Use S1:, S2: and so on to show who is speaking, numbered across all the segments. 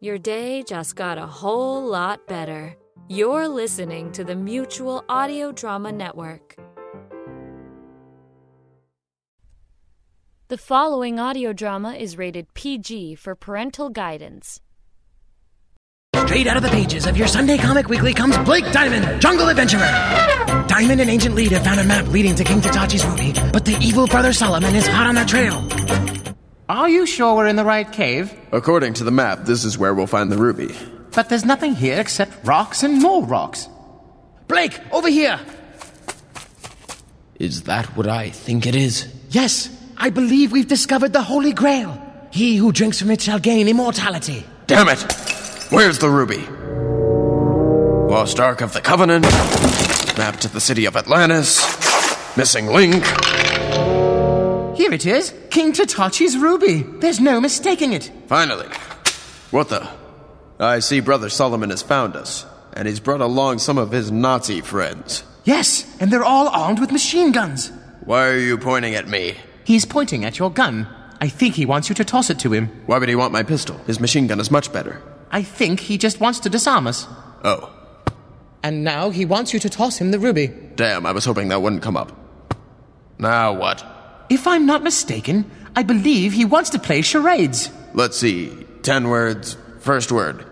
S1: Your day just got a whole lot better. You're listening to the Mutual Audio Drama Network. The following audio drama is rated PG for parental guidance.
S2: Straight out of the pages of your Sunday Comic Weekly comes Blake Diamond, jungle adventurer. Diamond and Ancient Lead have found a map leading to King Tatachi's ruby, but the evil brother Solomon is hot on their trail.
S3: Are you sure we're in the right cave?
S4: According to the map, this is where we'll find the ruby.
S3: But there's nothing here except rocks and more rocks.
S2: Blake, over here!
S5: Is that what I think it is?
S2: Yes, I believe we've discovered the Holy Grail. He who drinks from it shall gain immortality.
S4: Damn it! Where's the ruby? Lost Ark of the Covenant, map to the city of Atlantis, missing link.
S3: Here it is King Tatachi's ruby. There's no mistaking it.
S4: Finally. What the? I see Brother Solomon has found us, and he's brought along some of his Nazi friends.
S3: Yes, and they're all armed with machine guns.
S4: Why are you pointing at me?
S3: He's pointing at your gun. I think he wants you to toss it to him.
S4: Why would he want my pistol? His machine gun is much better.
S3: I think he just wants to disarm us.
S4: Oh,
S3: And now he wants you to toss him the ruby.
S4: damn, I was hoping that wouldn't come up. Now what?
S3: If I'm not mistaken, I believe he wants to play charades.
S4: Let's see. Ten words. First word.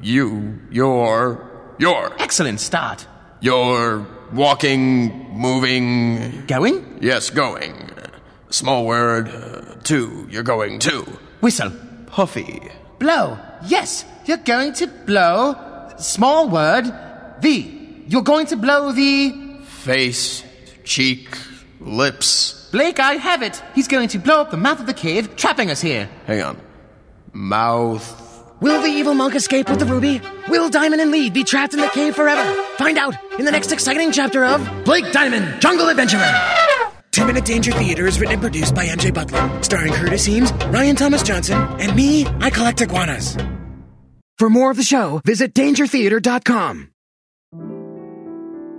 S4: You, your, your.
S3: Excellent start.
S4: You're walking, moving.
S3: Going?
S4: Yes, going. Small word. Uh, two. You're going too.
S3: Whistle.
S4: Puffy.
S3: Blow. Yes, you're going to blow. Small word. The. You're going to blow the.
S4: Face. Cheek. Lips.
S3: Blake, I have it. He's going to blow up the mouth of the cave, trapping us here.
S4: Hang on. Mouth.
S2: Will the evil monk escape with the ruby? Will Diamond and Lead be trapped in the cave forever? Find out in the next exciting chapter of Blake Diamond, Jungle Adventurer. 10 Minute Danger Theater is written and produced by MJ Butler, starring Curtis Eames, Ryan Thomas Johnson, and me, I collect iguanas. For more of the show, visit dangertheater.com.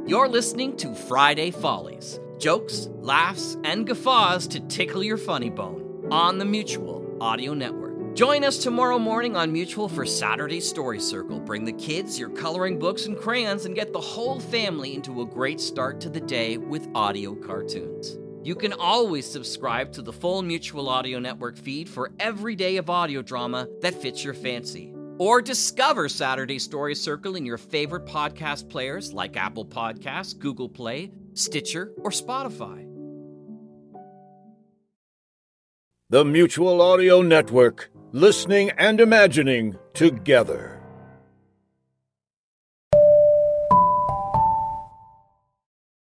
S6: You're listening to Friday Follies jokes, laughs, and guffaws to tickle your funny bone on the Mutual Audio Network. Join us tomorrow morning on Mutual for Saturday's Story Circle. Bring the kids, your coloring books, and crayons, and get the whole family into a great start to the day with audio cartoons. You can always subscribe to the full Mutual Audio Network feed for every day of audio drama that fits your fancy. Or discover Saturday Story Circle in your favorite podcast players like Apple Podcasts, Google Play, Stitcher, or Spotify.
S7: The Mutual Audio Network, listening and imagining together.